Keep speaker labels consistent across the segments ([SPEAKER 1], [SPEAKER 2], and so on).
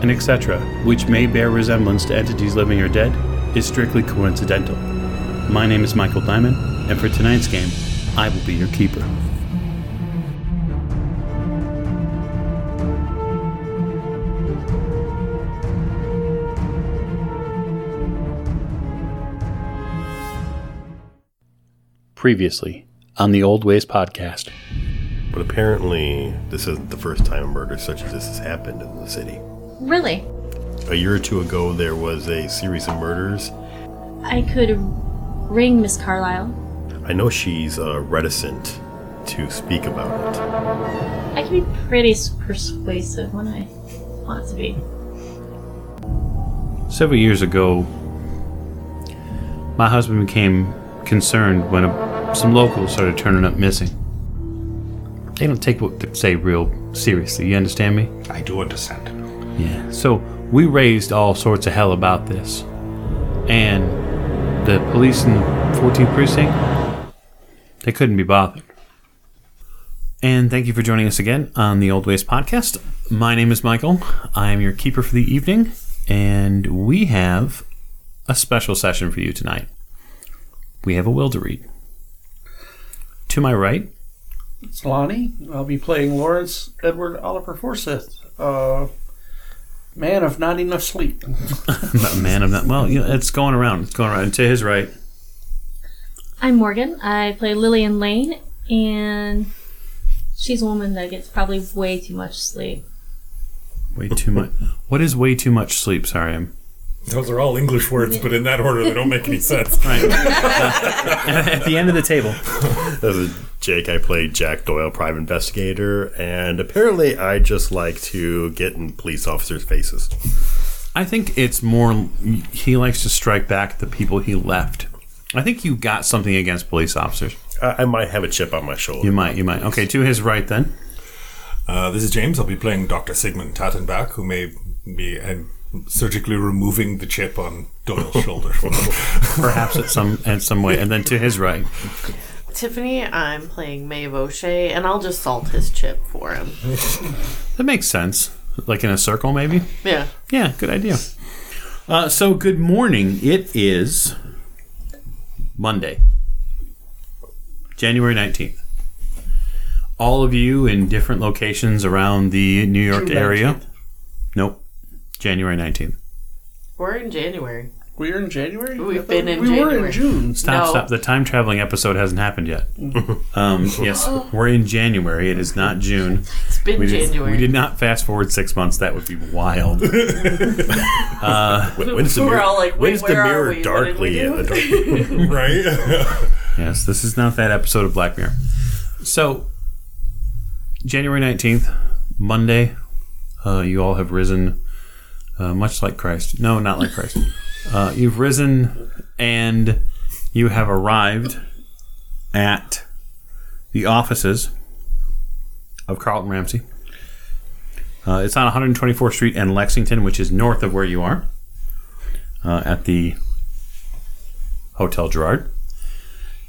[SPEAKER 1] and etc., which may bear resemblance to entities living or dead, is strictly coincidental. My name is Michael Diamond, and for tonight's game, I will be your keeper. Previously on the Old Ways podcast.
[SPEAKER 2] But apparently, this isn't the first time a murder such as this has happened in the city.
[SPEAKER 3] Really?
[SPEAKER 2] A year or two ago, there was a series of murders.
[SPEAKER 3] I could ring Miss Carlyle.
[SPEAKER 2] I know she's uh, reticent to speak about it.
[SPEAKER 3] I can be pretty s- persuasive when I want to be.
[SPEAKER 1] Several years ago, my husband became concerned when a, some locals started turning up missing. They don't take what they say real seriously, you understand me?
[SPEAKER 4] I do understand.
[SPEAKER 1] Yeah. So we raised all sorts of hell about this. And the police in the 14th precinct, they couldn't be bothered. And thank you for joining us again on the Old Ways podcast. My name is Michael. I am your keeper for the evening, and we have a special session for you tonight. We have a will to read. To my right,
[SPEAKER 5] It's Lonnie. I'll be playing Lawrence Edward Oliver Forsyth, uh, man of not enough sleep.
[SPEAKER 1] a man of that. Well, you know, it's going around. It's going around. And to his right,
[SPEAKER 3] I'm Morgan. I play Lillian Lane, and she's a woman that gets probably way too much sleep.
[SPEAKER 1] way too much. What is way too much sleep? Sorry, I'm
[SPEAKER 4] Those are all English words, but in that order, they don't make any sense.
[SPEAKER 1] at the end of the table.
[SPEAKER 2] This is Jake. I played Jack Doyle, private investigator, and apparently, I just like to get in police officers' faces.
[SPEAKER 1] I think it's more he likes to strike back the people he left. I think you got something against police officers.
[SPEAKER 2] I, I might have a chip on my
[SPEAKER 1] You
[SPEAKER 2] shoulder.
[SPEAKER 1] might, you might. Okay, to his right then.
[SPEAKER 4] Uh, this is James. I'll be playing Dr. Sigmund Tattenbach, who may be uh, surgically removing the chip on Doyle's shoulder.
[SPEAKER 1] Perhaps at some in some way. And then to his right.
[SPEAKER 6] Tiffany, I'm playing Maeve O'Shea, and I'll just salt his chip for him.
[SPEAKER 1] That makes sense. Like in a circle maybe?
[SPEAKER 6] Yeah.
[SPEAKER 1] Yeah, good idea. Uh, so good morning. It is Monday. January 19th. All of you in different locations around the New York
[SPEAKER 5] June
[SPEAKER 1] area.
[SPEAKER 5] 19th.
[SPEAKER 1] Nope. January 19th.
[SPEAKER 6] We're in January.
[SPEAKER 5] We're in January.
[SPEAKER 6] We've
[SPEAKER 5] I thought
[SPEAKER 6] been in
[SPEAKER 5] we were in
[SPEAKER 6] January.
[SPEAKER 5] June.
[SPEAKER 1] Stop,
[SPEAKER 6] No.
[SPEAKER 1] stop. The time traveling episode hasn't happened yet. um, yes, we're in January. It is not June.
[SPEAKER 6] It's been
[SPEAKER 1] We did,
[SPEAKER 6] January.
[SPEAKER 1] we did not fast forward six months. That would be wild.
[SPEAKER 2] When- When's the
[SPEAKER 6] We're
[SPEAKER 2] mirror,
[SPEAKER 6] all like, wait,
[SPEAKER 2] when's the
[SPEAKER 6] where are
[SPEAKER 2] mirror
[SPEAKER 6] we? What did
[SPEAKER 2] darkly?
[SPEAKER 6] we do?
[SPEAKER 2] uh, darkly-
[SPEAKER 4] right?
[SPEAKER 1] Yes, this is not that episode of Black Mirror. So, January 19th, Monday, uh, you all have risen uh, much like Christ. No, not like Christ. Uh, you've risen and you have arrived at the offices of Carlton Ramsey. Uh, it's on 124th Street and Lexington, which is north of where you are, uh, at the Hotel Gerard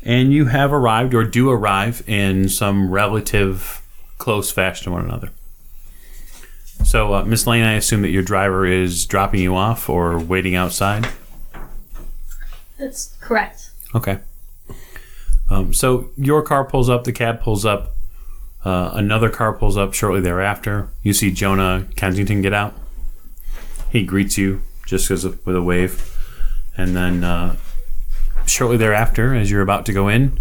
[SPEAKER 1] and you have arrived or do arrive in some relative close fashion to one another. So, uh, Miss Lane, I assume that your driver is dropping you off or waiting outside.
[SPEAKER 3] That's correct.
[SPEAKER 1] Okay. Um, so your car pulls up, the cab pulls up, uh, another car pulls up shortly thereafter. You see Jonah Kensington get out. He greets you just as a, with a wave, and then uh, shortly thereafter, as you're about to go in,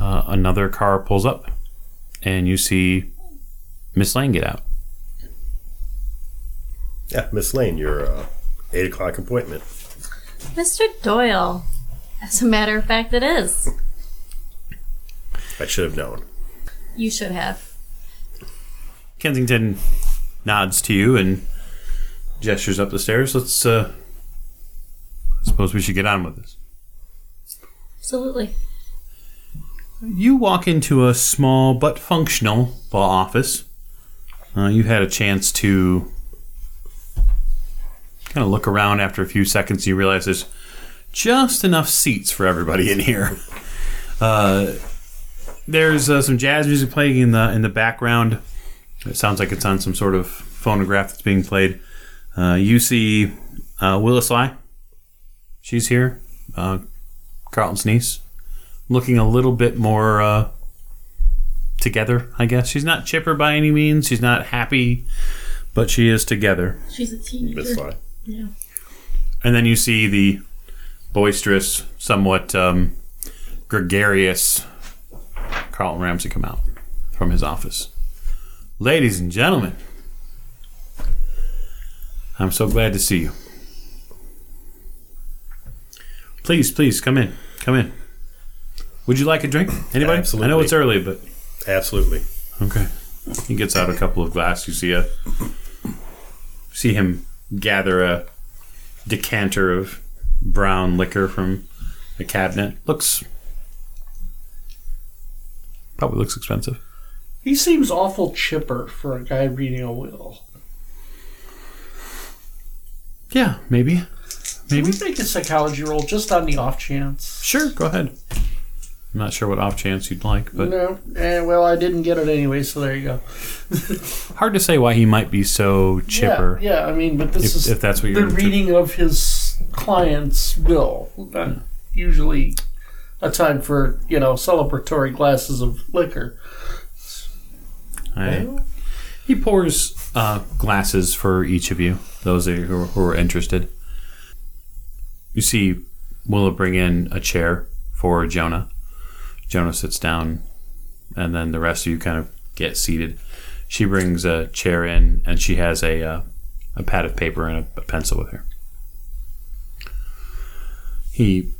[SPEAKER 1] uh, another car pulls up, and you see Miss Lane get out.
[SPEAKER 2] yeah, Miss Lane, your uh, eight o'clock appointment.
[SPEAKER 3] Mr. Doyle. As a matter of fact, it is.
[SPEAKER 2] I should have known.
[SPEAKER 3] You should have.
[SPEAKER 1] Kensington nods to you and gestures up the stairs. Let's uh, I suppose we should get on with this.
[SPEAKER 3] Absolutely.
[SPEAKER 1] You walk into a small but functional law office. Uh, you had a chance to kind of look around after a few seconds. You realize there's just enough seats for everybody in here. Uh, there's uh, some jazz music playing in the in the background. It sounds like it's on some sort of phonograph that's being played. Uh, you see uh, Willis Ly. She's here. Uh, Carlton's niece looking a little bit more uh, together, I guess. She's not chipper by any means. She's not happy, but she is together.
[SPEAKER 3] She's a teenager.
[SPEAKER 2] Miss Sly.
[SPEAKER 1] And then you see the boisterous, somewhat um, gregarious Carlton Ramsey come out from his office. Ladies and gentlemen, I'm so glad to see you. Please, please come in. Come in. Would you like a drink? Anybody? I know
[SPEAKER 2] Absolutely.
[SPEAKER 1] it's early, but
[SPEAKER 2] Absolutely.
[SPEAKER 1] Okay. He gets out a couple of glass. You see a see him gather a decanter of brown liquor from a cabinet. Looks probably looks expensive.
[SPEAKER 5] He seems awful chipper for a guy reading a will.
[SPEAKER 1] Yeah, maybe.
[SPEAKER 5] Can
[SPEAKER 1] Maybe.
[SPEAKER 5] we make a psychology roll just on the off chance?
[SPEAKER 1] Sure, go ahead. I'm not sure what off chance you'd like, but
[SPEAKER 5] no. Eh, well, I didn't get it anyway, so there you go.
[SPEAKER 1] hard to say why he might be so chipper.
[SPEAKER 5] Yeah, yeah I mean, but this
[SPEAKER 1] If-
[SPEAKER 5] is
[SPEAKER 1] if that's what
[SPEAKER 5] the
[SPEAKER 1] you're into.
[SPEAKER 5] reading of his client's will. Not
[SPEAKER 1] Hmm.
[SPEAKER 5] usually a time for you know celebratory glasses of liquor.
[SPEAKER 1] I- Oh. he pours uh, glasses for each of you, those of you who, who are interested. You see Willa bring in a chair for Jonah. Jonah sits down, and then the rest of you kind of get seated. She brings a chair in, and she has a, uh, a pad of paper and a, a pencil with her. He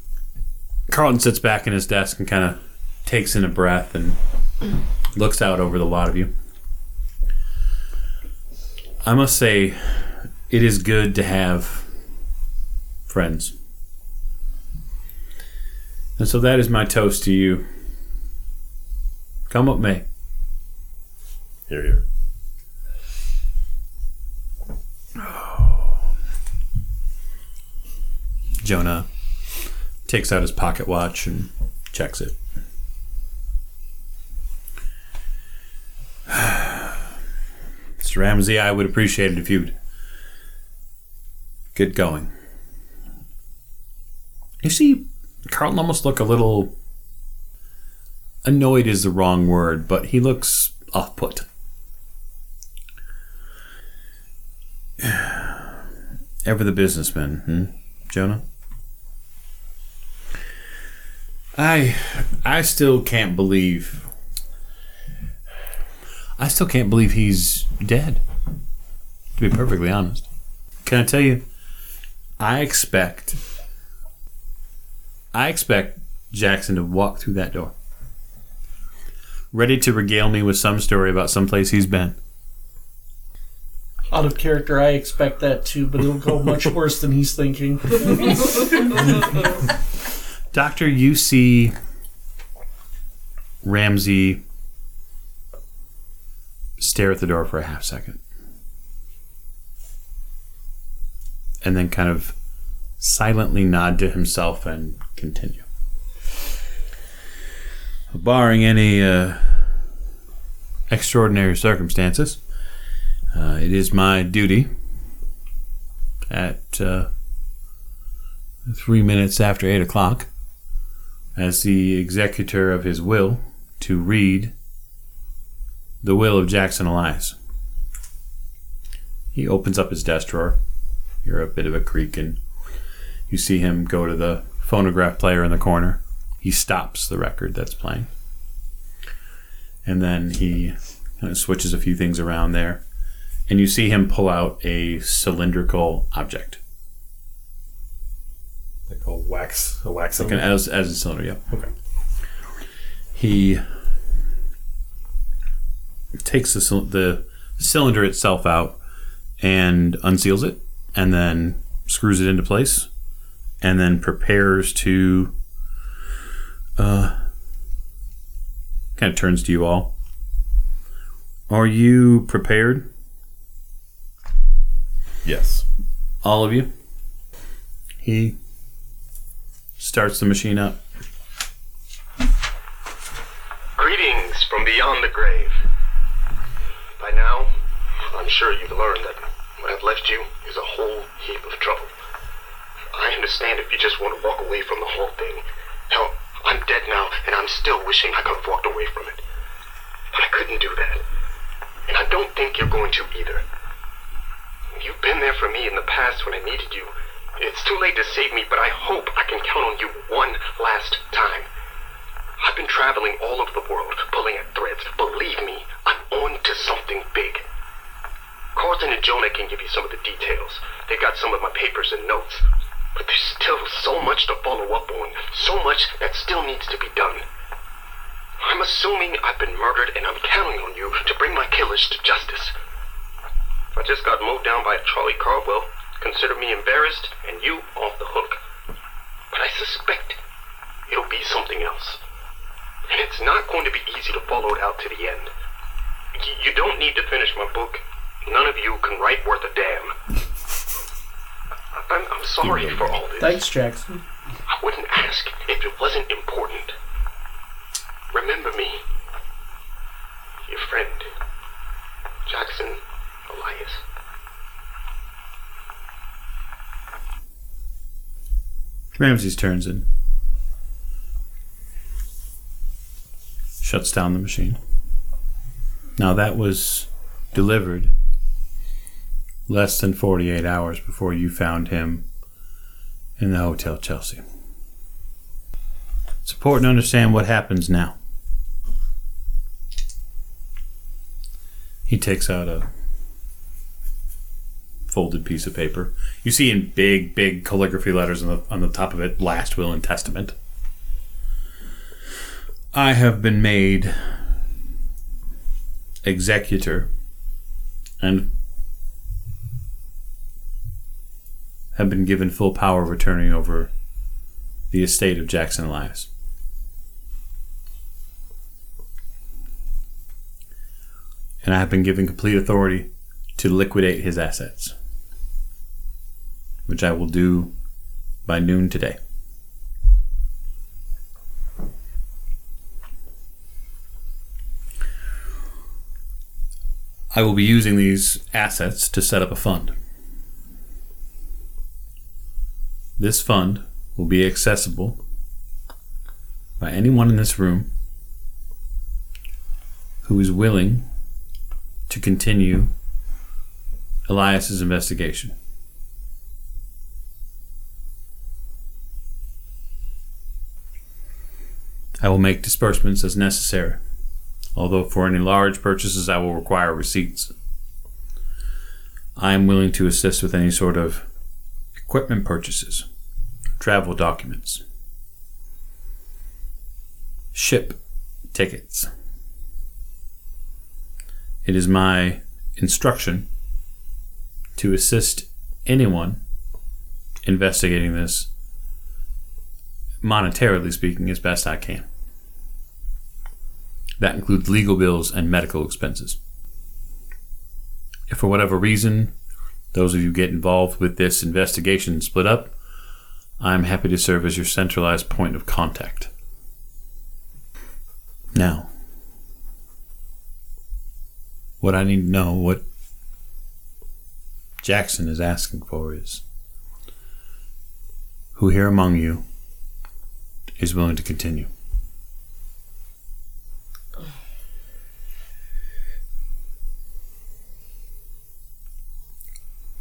[SPEAKER 1] Carlton sits back in his desk and kind of takes in a breath and looks out over the lot of you. I must say, it is good to have friends. And so that is my toast to you. Come up, May.
[SPEAKER 2] Here, here.
[SPEAKER 1] Jonah takes out his pocket watch and checks it. Mr. Ramsey, I would appreciate it if you'd get going. You see, Carlton almost look a little annoyed is the wrong word, but he looks off put. Ever the businessman, hmm? Jonah? I I still can't believe I still can't believe he's dead. To be perfectly honest. Can I tell you I expect I expect Jackson to walk through that door. Ready to regale me with some story about some place he's been.
[SPEAKER 5] Out of character, I expect that too, but it'll go much worse than he's thinking.
[SPEAKER 1] Dr. UC Ramsey stare at the door for a half second. And then kind of silently nod to himself and continue. Barring any uh, extraordinary circumstances, uh, it is my duty at uh, three minutes after eight o'clock as the executor of his will to read the will of Jackson Elias. He opens up his desk drawer. Hear a bit of a creak, and you see him go to the phonograph player in the corner. He stops the record that's playing. And then he kind of switches a few things around there. And you see him pull out a cylindrical object.
[SPEAKER 4] Like a wax, a wax.
[SPEAKER 1] Like an as as a cylinder, yeah.
[SPEAKER 4] Okay.
[SPEAKER 1] He takes the cyl- the cylinder itself out and unseals it, and then screws it into place, and then prepares to uh, kind of turns to you all. Are you prepared,
[SPEAKER 2] Yes.
[SPEAKER 1] all of you? He starts the machine up.
[SPEAKER 7] Greetings from beyond the grave. By now, I'm sure you've learned that what I've left you is a whole heap of trouble. I understand if you just want to walk away from the whole thing. Hell, I'm dead now, and I'm still wishing I could have walked away from it. But I couldn't do that. And I don't think you're going to either. You've been there for me in the past when I needed you. It's too late to save me, but I hope I can count on you one last time. I've been traveling all over the world, pulling at threads. Believe me, I'm on to something big. Carlton and Jonah can give you some of the details. They got some of my papers and notes. But there's still so much to follow up on, so much that still needs to be done. I'm assuming I've been murdered, and I'm counting on you to bring my killers to justice. I just got mowed down by a Charlie Cardwell. Consider me embarrassed, and you off the hook. But I suspect it'll be something else. And it's not going to be easy to follow it out to the end. Y- You don't need to finish my book. None of you can write worth a damn. I'm, I'm sorry for all this.
[SPEAKER 5] Thanks, Jackson.
[SPEAKER 7] I wouldn't ask if it wasn't important. Remember me. Your friend, Jackson Elias.
[SPEAKER 1] Ramses turns and shuts down the machine. Now that was delivered less than 48 hours before you found him in the Hotel Chelsea. It's important to understand what happens now. He takes out a folded piece of paper. You see in big, big calligraphy letters on the, on the top of it, last will and testament. I have been made executor and have been given full power of returning over the estate of Jackson Elias. And I have been given complete authority to liquidate his assets which I will do by noon today. I will be using these assets to set up a fund. This fund will be accessible by anyone in this room who is willing to continue Elias's investigation. I will make disbursements as necessary, although for any large purchases I will require receipts. I am willing to assist with any sort of equipment purchases, travel documents, ship tickets. It is my instruction to assist anyone investigating this monetarily speaking, as best I can. That includes legal bills and medical expenses. If for whatever reason those of you get involved with this investigation split up, I'm happy to serve as your centralized point of contact. Now, what I need to know, what Jackson is asking for is who here among you is willing to continue.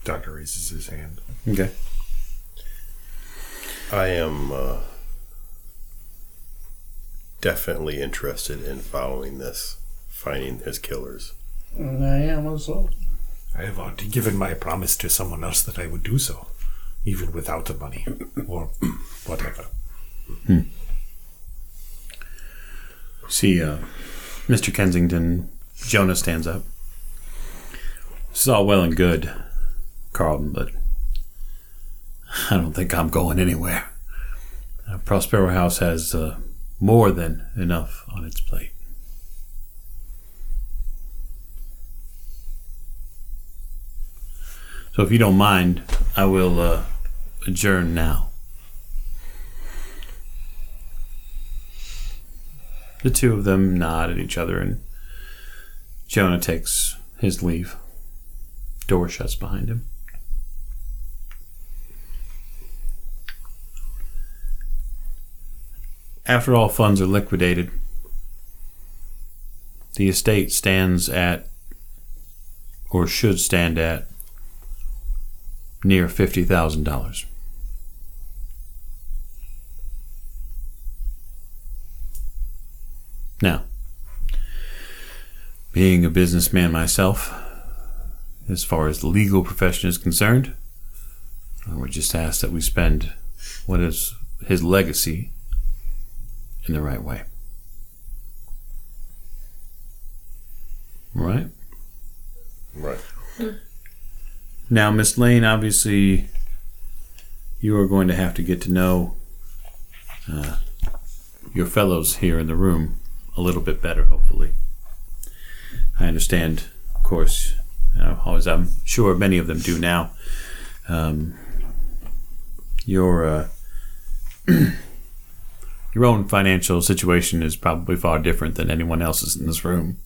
[SPEAKER 4] Doctor raises his hand.
[SPEAKER 1] Okay.
[SPEAKER 2] I am uh, definitely interested in following this, finding his killers.
[SPEAKER 5] And I am as well.
[SPEAKER 4] I have already given my promise to someone else that I would do so, even without the money or whatever.
[SPEAKER 1] See, uh, Mr. Kensington, Jonah stands up. This is all well and good, Carlton, but I don't think I'm going anywhere. Uh, Prospero House has uh, more than enough on its plate. So, if you don't mind, I will uh, adjourn now. The two of them nod at each other, and Jonah takes his leave. Door shuts behind him. After all funds are liquidated, the estate stands at, or should stand at, near $50,000. Now, being a businessman myself, as far as the legal profession is concerned, I would just ask that we spend what is his legacy in the right way. Right?
[SPEAKER 2] Right.
[SPEAKER 1] Now, Miss Lane, obviously, you are going to have to get to know uh, your fellows here in the room a little bit better, hopefully. I understand, of course, uh, always I'm sure many of them do now. Um, your uh, your own financial situation is probably far different than anyone else's in this room.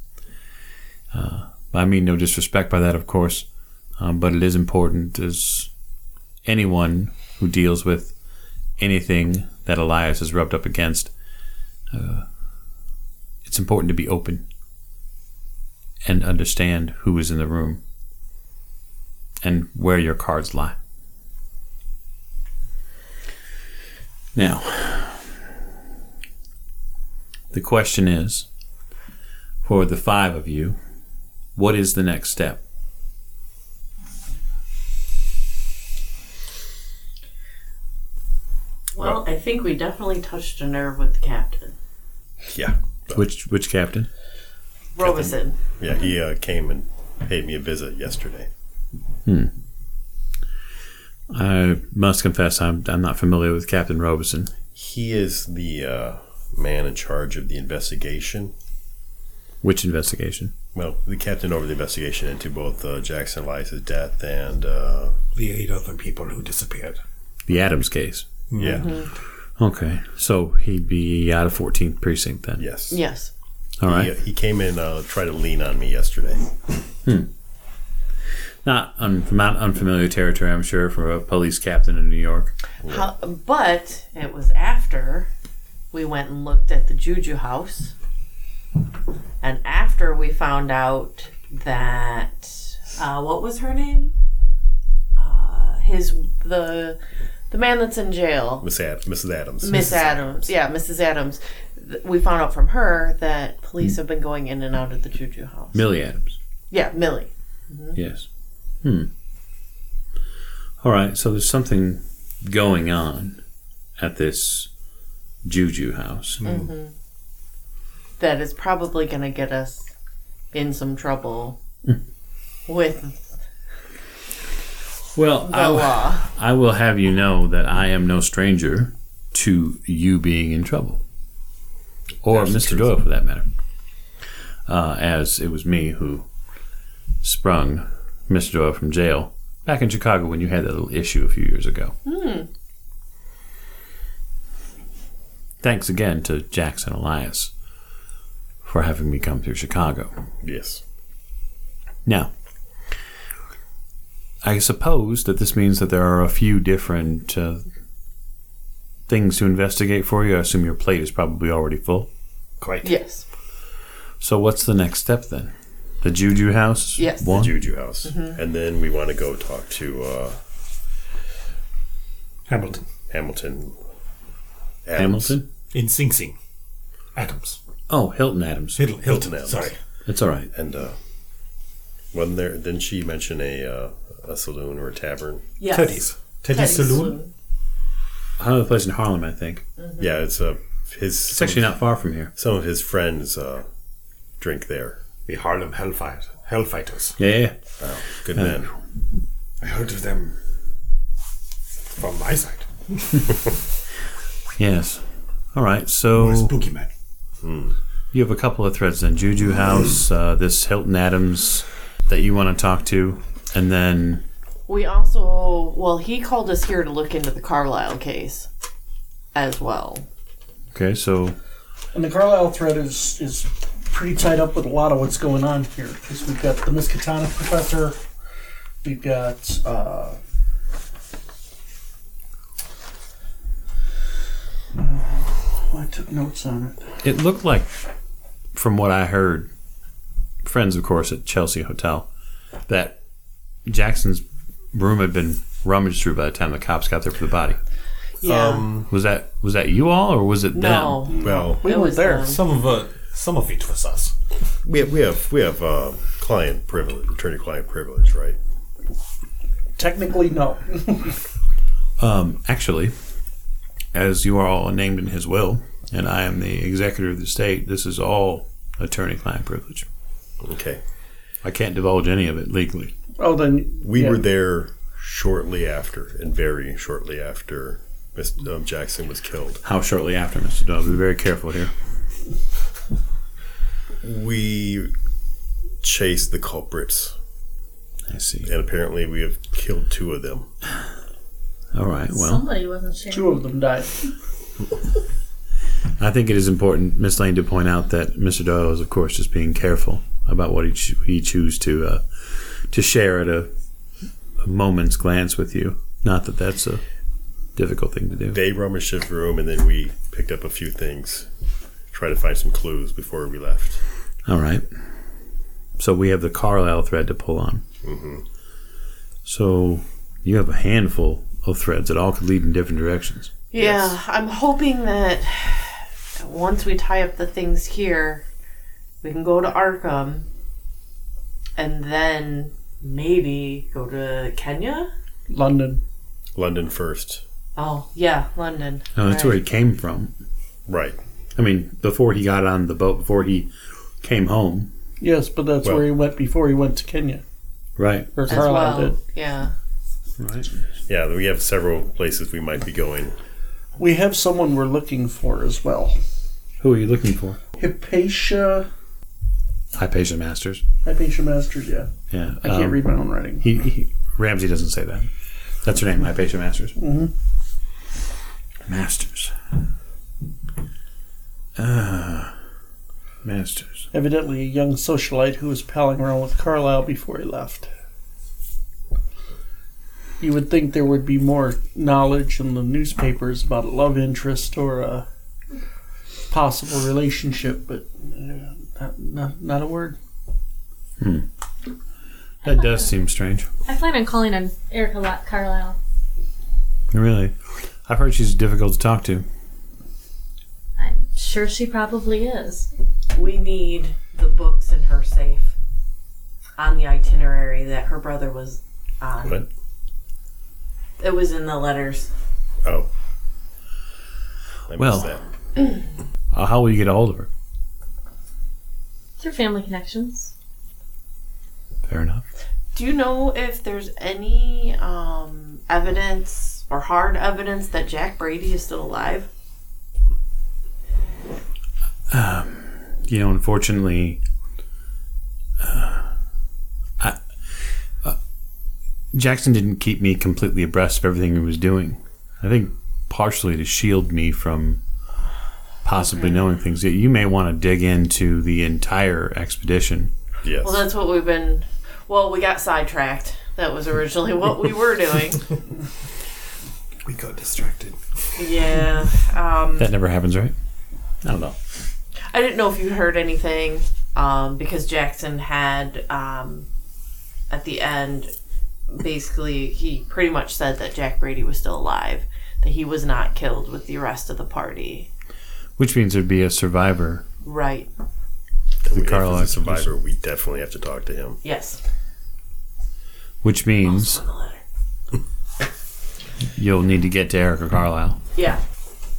[SPEAKER 1] Uh, I mean no disrespect by that, of course um, but it is important as anyone who deals with anything that Elias is rubbed up against, uh, it's important to be open and understand who is in the room and where your cards lie. Now, the question is for the five of you, what is the next step?
[SPEAKER 6] Well, I think we definitely touched a nerve with the captain.
[SPEAKER 2] Yeah.
[SPEAKER 1] Which which captain?
[SPEAKER 6] Robeson.
[SPEAKER 2] Yeah, he uh, came and paid me a visit yesterday.
[SPEAKER 1] I must confess, I'm I'm not familiar with Captain Robeson.
[SPEAKER 2] He is the uh, man in charge of the investigation.
[SPEAKER 1] Which investigation?
[SPEAKER 2] Well, the captain over the investigation into both uh, Jackson Elias's death and uh,
[SPEAKER 4] The eight other people who disappeared.
[SPEAKER 1] The Adams case.
[SPEAKER 2] yeah,
[SPEAKER 1] Okay, so he'd be out of 14th precinct then.
[SPEAKER 2] yes,
[SPEAKER 6] Yes.
[SPEAKER 1] All right.
[SPEAKER 2] He, he came in uh, tried to lean on me yesterday.
[SPEAKER 1] Not un, not unfamiliar territory, I'm sure, for a police captain in New York.
[SPEAKER 6] How, but it was after we went and looked at the Juju house, and after we found out that uh, what was her name? Uh, his the the man that's in jail,
[SPEAKER 2] Miss Ad- Mrs. Adams.
[SPEAKER 6] Miss Adams. Yeah, Mrs. Adams. Th- We found out from her that police have been going in and out of the Juju house.
[SPEAKER 1] Millie Adams.
[SPEAKER 6] Yeah, Millie.
[SPEAKER 1] Yes. Hmm. All right, so there's something going on at this Juju house.
[SPEAKER 6] that is probably going to get us in some trouble with
[SPEAKER 1] Well,
[SPEAKER 6] the
[SPEAKER 1] I, w-
[SPEAKER 6] law.
[SPEAKER 1] I will have you know that I am no stranger to you being in trouble, or
[SPEAKER 2] That's the
[SPEAKER 1] Mr.
[SPEAKER 2] truth.
[SPEAKER 1] Doyle for that matter, uh, as it was me who sprung Mr. Doyle from jail back in Chicago when you had that little issue a few years ago. Thanks again to Jackson Elias for having me come through Chicago.
[SPEAKER 2] Yes.
[SPEAKER 1] Now, I suppose that this means that there are a few different uh, things to investigate for you. I assume your plate is probably already full.
[SPEAKER 4] Quite.
[SPEAKER 6] Yes.
[SPEAKER 1] So, what's the next step then? The Juju House?
[SPEAKER 6] Yes.
[SPEAKER 1] One?
[SPEAKER 2] Juju House,
[SPEAKER 1] Mm-hmm.
[SPEAKER 2] and then we want to go talk to uh,
[SPEAKER 4] Hamilton.
[SPEAKER 2] Hamilton. Adams.
[SPEAKER 1] Hamilton?
[SPEAKER 4] In Sing Sing. Adams.
[SPEAKER 1] Oh, Hilton Adams.
[SPEAKER 4] Hilton, Hilton
[SPEAKER 2] Adams.
[SPEAKER 4] sorry.
[SPEAKER 1] It's all right.
[SPEAKER 2] and uh, wasn't there? Didn't she mention a uh, a saloon or a tavern?
[SPEAKER 6] Yes.
[SPEAKER 4] Teddy's. Teddy's,
[SPEAKER 6] Teddy's
[SPEAKER 4] Saloon.
[SPEAKER 1] Another place in Harlem, I think.
[SPEAKER 2] Yeah, it's uh, his.
[SPEAKER 1] Mm-hmm. It's actually not far from here.
[SPEAKER 2] some of his friends uh, drink there.
[SPEAKER 4] The Harlem Hellfight, Hellfighters.
[SPEAKER 1] Uh, Yeah, yeah, yeah.
[SPEAKER 2] Good men.
[SPEAKER 4] I heard of them from my side.
[SPEAKER 1] Yes. All right. So
[SPEAKER 4] Spooky man.
[SPEAKER 1] you have a couple of threads then Juju House, uh, this Hilton Adams that you want to talk to, and then
[SPEAKER 6] We also, well, he called us here to look into the Carlisle case as well.
[SPEAKER 1] okay, so
[SPEAKER 5] And the Carlisle thread is is pretty tied up with a lot of what's going on here because we've got the Miskatonic professor, we've got uh, oh, I took notes on it.
[SPEAKER 1] it looked like, from what I heard, friends of course at Chelsea Hotel, that Jackson's room had been rummaged through by the time the cops got there for the body.
[SPEAKER 6] Yeah.
[SPEAKER 1] Was that was that you all or was it them?
[SPEAKER 6] no.
[SPEAKER 2] Well,
[SPEAKER 5] We
[SPEAKER 6] It
[SPEAKER 5] were
[SPEAKER 6] was
[SPEAKER 5] there.
[SPEAKER 6] them.
[SPEAKER 4] Some of it, some of it was us.
[SPEAKER 2] we have we have we have uh, client privilege, attorney-client privilege, right?
[SPEAKER 5] Technically, no.
[SPEAKER 1] Um, actually, as you are all named in his will, and I am the executor of the estate, this is all attorney-client privilege.
[SPEAKER 2] Okay,
[SPEAKER 1] I can't divulge any of it legally.
[SPEAKER 5] oh, then
[SPEAKER 2] we
[SPEAKER 5] yeah.
[SPEAKER 2] were there shortly after, and very shortly after Miss um, Jackson was killed.
[SPEAKER 1] How shortly after, Mr. Doyle? Be very careful here.
[SPEAKER 2] We chased the culprits,
[SPEAKER 1] I see.
[SPEAKER 2] and apparently we have killed two of them.
[SPEAKER 1] All right. Well,
[SPEAKER 3] Somebody wasn't sharing.
[SPEAKER 5] Two of them died.
[SPEAKER 1] I think it is important, Miss Lane, to point out that Mr. Doyle is, of course, just being careful about what he cho- he choose to uh, to share at a, a moment's glance with you. Not that that's a difficult thing to do.
[SPEAKER 2] They rummaged his room, and then we picked up a few things, tried to find some clues before we left.
[SPEAKER 1] All right. So we have the Carlisle thread to pull on. So you have a handful of threads that all could lead in different directions.
[SPEAKER 6] Yeah, I'm hoping that once we tie up the things here, we can go to Arkham and then maybe go to Kenya?
[SPEAKER 5] London.
[SPEAKER 2] London first,
[SPEAKER 6] Oh, yeah, London.
[SPEAKER 1] Oh, that's
[SPEAKER 6] Right.
[SPEAKER 1] where he came from.
[SPEAKER 2] right?
[SPEAKER 1] I mean, before he got on the boat, before he came home.
[SPEAKER 5] Yes, but that's
[SPEAKER 2] Well-
[SPEAKER 5] where he went before he went to Kenya.
[SPEAKER 1] Right.
[SPEAKER 5] Or
[SPEAKER 6] As
[SPEAKER 5] Carlisle
[SPEAKER 6] well.
[SPEAKER 5] did.
[SPEAKER 6] Yeah.
[SPEAKER 1] Right.
[SPEAKER 2] Yeah, we have several places we might be going.
[SPEAKER 5] We have someone we're looking for as well.
[SPEAKER 1] Who are you looking for?
[SPEAKER 5] Hypatia.
[SPEAKER 1] Hypatia Masters.
[SPEAKER 5] Hypatia Masters, yeah.
[SPEAKER 1] Yeah.
[SPEAKER 5] I can't
[SPEAKER 1] um,
[SPEAKER 5] read my own writing.
[SPEAKER 1] He, he Ramsey doesn't say that. That's her name, Hypatia Masters.
[SPEAKER 5] Mhm.
[SPEAKER 1] Masters. Ah, Masters.
[SPEAKER 5] Evidently, a young socialite who was palling around with Carlyle before he left. You would think there would be more knowledge in the newspapers about a love interest or a possible relationship, but uh, not, not, not a word.
[SPEAKER 1] That does seem strange.
[SPEAKER 3] I plan on calling on Erica Lot Carlisle.
[SPEAKER 1] Really. I've heard she's difficult to talk to.
[SPEAKER 3] I'm sure she probably is.
[SPEAKER 6] We need the books in her safe on the itinerary that her brother was on.
[SPEAKER 2] What?
[SPEAKER 6] It was in the letters.
[SPEAKER 2] Oh, I missed
[SPEAKER 1] Well.
[SPEAKER 2] that.
[SPEAKER 1] Uh, how will you get a hold of her?
[SPEAKER 3] Through family connections.
[SPEAKER 1] Fair enough.
[SPEAKER 6] Do you know if there's any um, evidence or hard evidence that Jack Brady is still alive?
[SPEAKER 1] You know, unfortunately, uh, I, uh, Jackson didn't keep me completely abreast of everything he was doing. I think partially to shield me from possibly knowing things. You may want to dig into the entire expedition.
[SPEAKER 2] Yes.
[SPEAKER 6] Well, that's what we've been. Well, we got sidetracked. That was originally what we were doing.
[SPEAKER 4] We got distracted.
[SPEAKER 6] yeah. Um,
[SPEAKER 1] That never happens, right? I don't know.
[SPEAKER 6] I didn't know if you heard anything um, because Jackson had um, at the end basically he pretty much said that Jack Brady was still alive, that he was not killed with the rest of the party.
[SPEAKER 1] Which means there'd be a survivor.
[SPEAKER 6] Right.
[SPEAKER 2] If it's
[SPEAKER 1] Carlisle
[SPEAKER 2] a survivor, we definitely have to talk to him.
[SPEAKER 6] Yes.
[SPEAKER 1] Which means
[SPEAKER 6] On the letter.
[SPEAKER 1] you'll need to get to Erica Carlisle.
[SPEAKER 6] Yeah.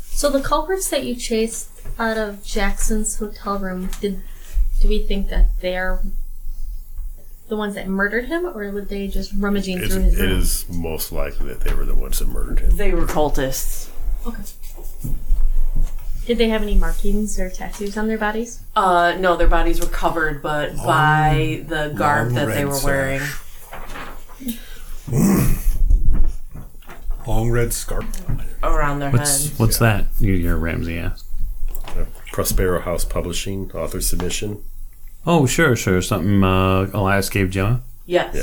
[SPEAKER 3] So the culprits that you chased out of Jackson's hotel room, did do we think that they're the ones that murdered him, or were they just rummaging
[SPEAKER 2] It's,
[SPEAKER 3] through his
[SPEAKER 2] it
[SPEAKER 3] room?
[SPEAKER 2] is most likely that they were the ones that murdered him.
[SPEAKER 6] They were cultists.
[SPEAKER 3] Okay. Did they have any markings or tattoos on their bodies?
[SPEAKER 6] Uh, no, their bodies were covered, but by the garb
[SPEAKER 4] long
[SPEAKER 6] that they
[SPEAKER 4] red
[SPEAKER 6] were
[SPEAKER 4] sash.
[SPEAKER 6] wearing.
[SPEAKER 4] Long red scarf.
[SPEAKER 6] around their
[SPEAKER 1] What's
[SPEAKER 6] head.
[SPEAKER 1] what's that? You hear Ramsey ask.
[SPEAKER 2] Uh, Prospero House Publishing author submission.
[SPEAKER 1] Oh, sure, sure. Something uh, Elias gave John.
[SPEAKER 6] Yes.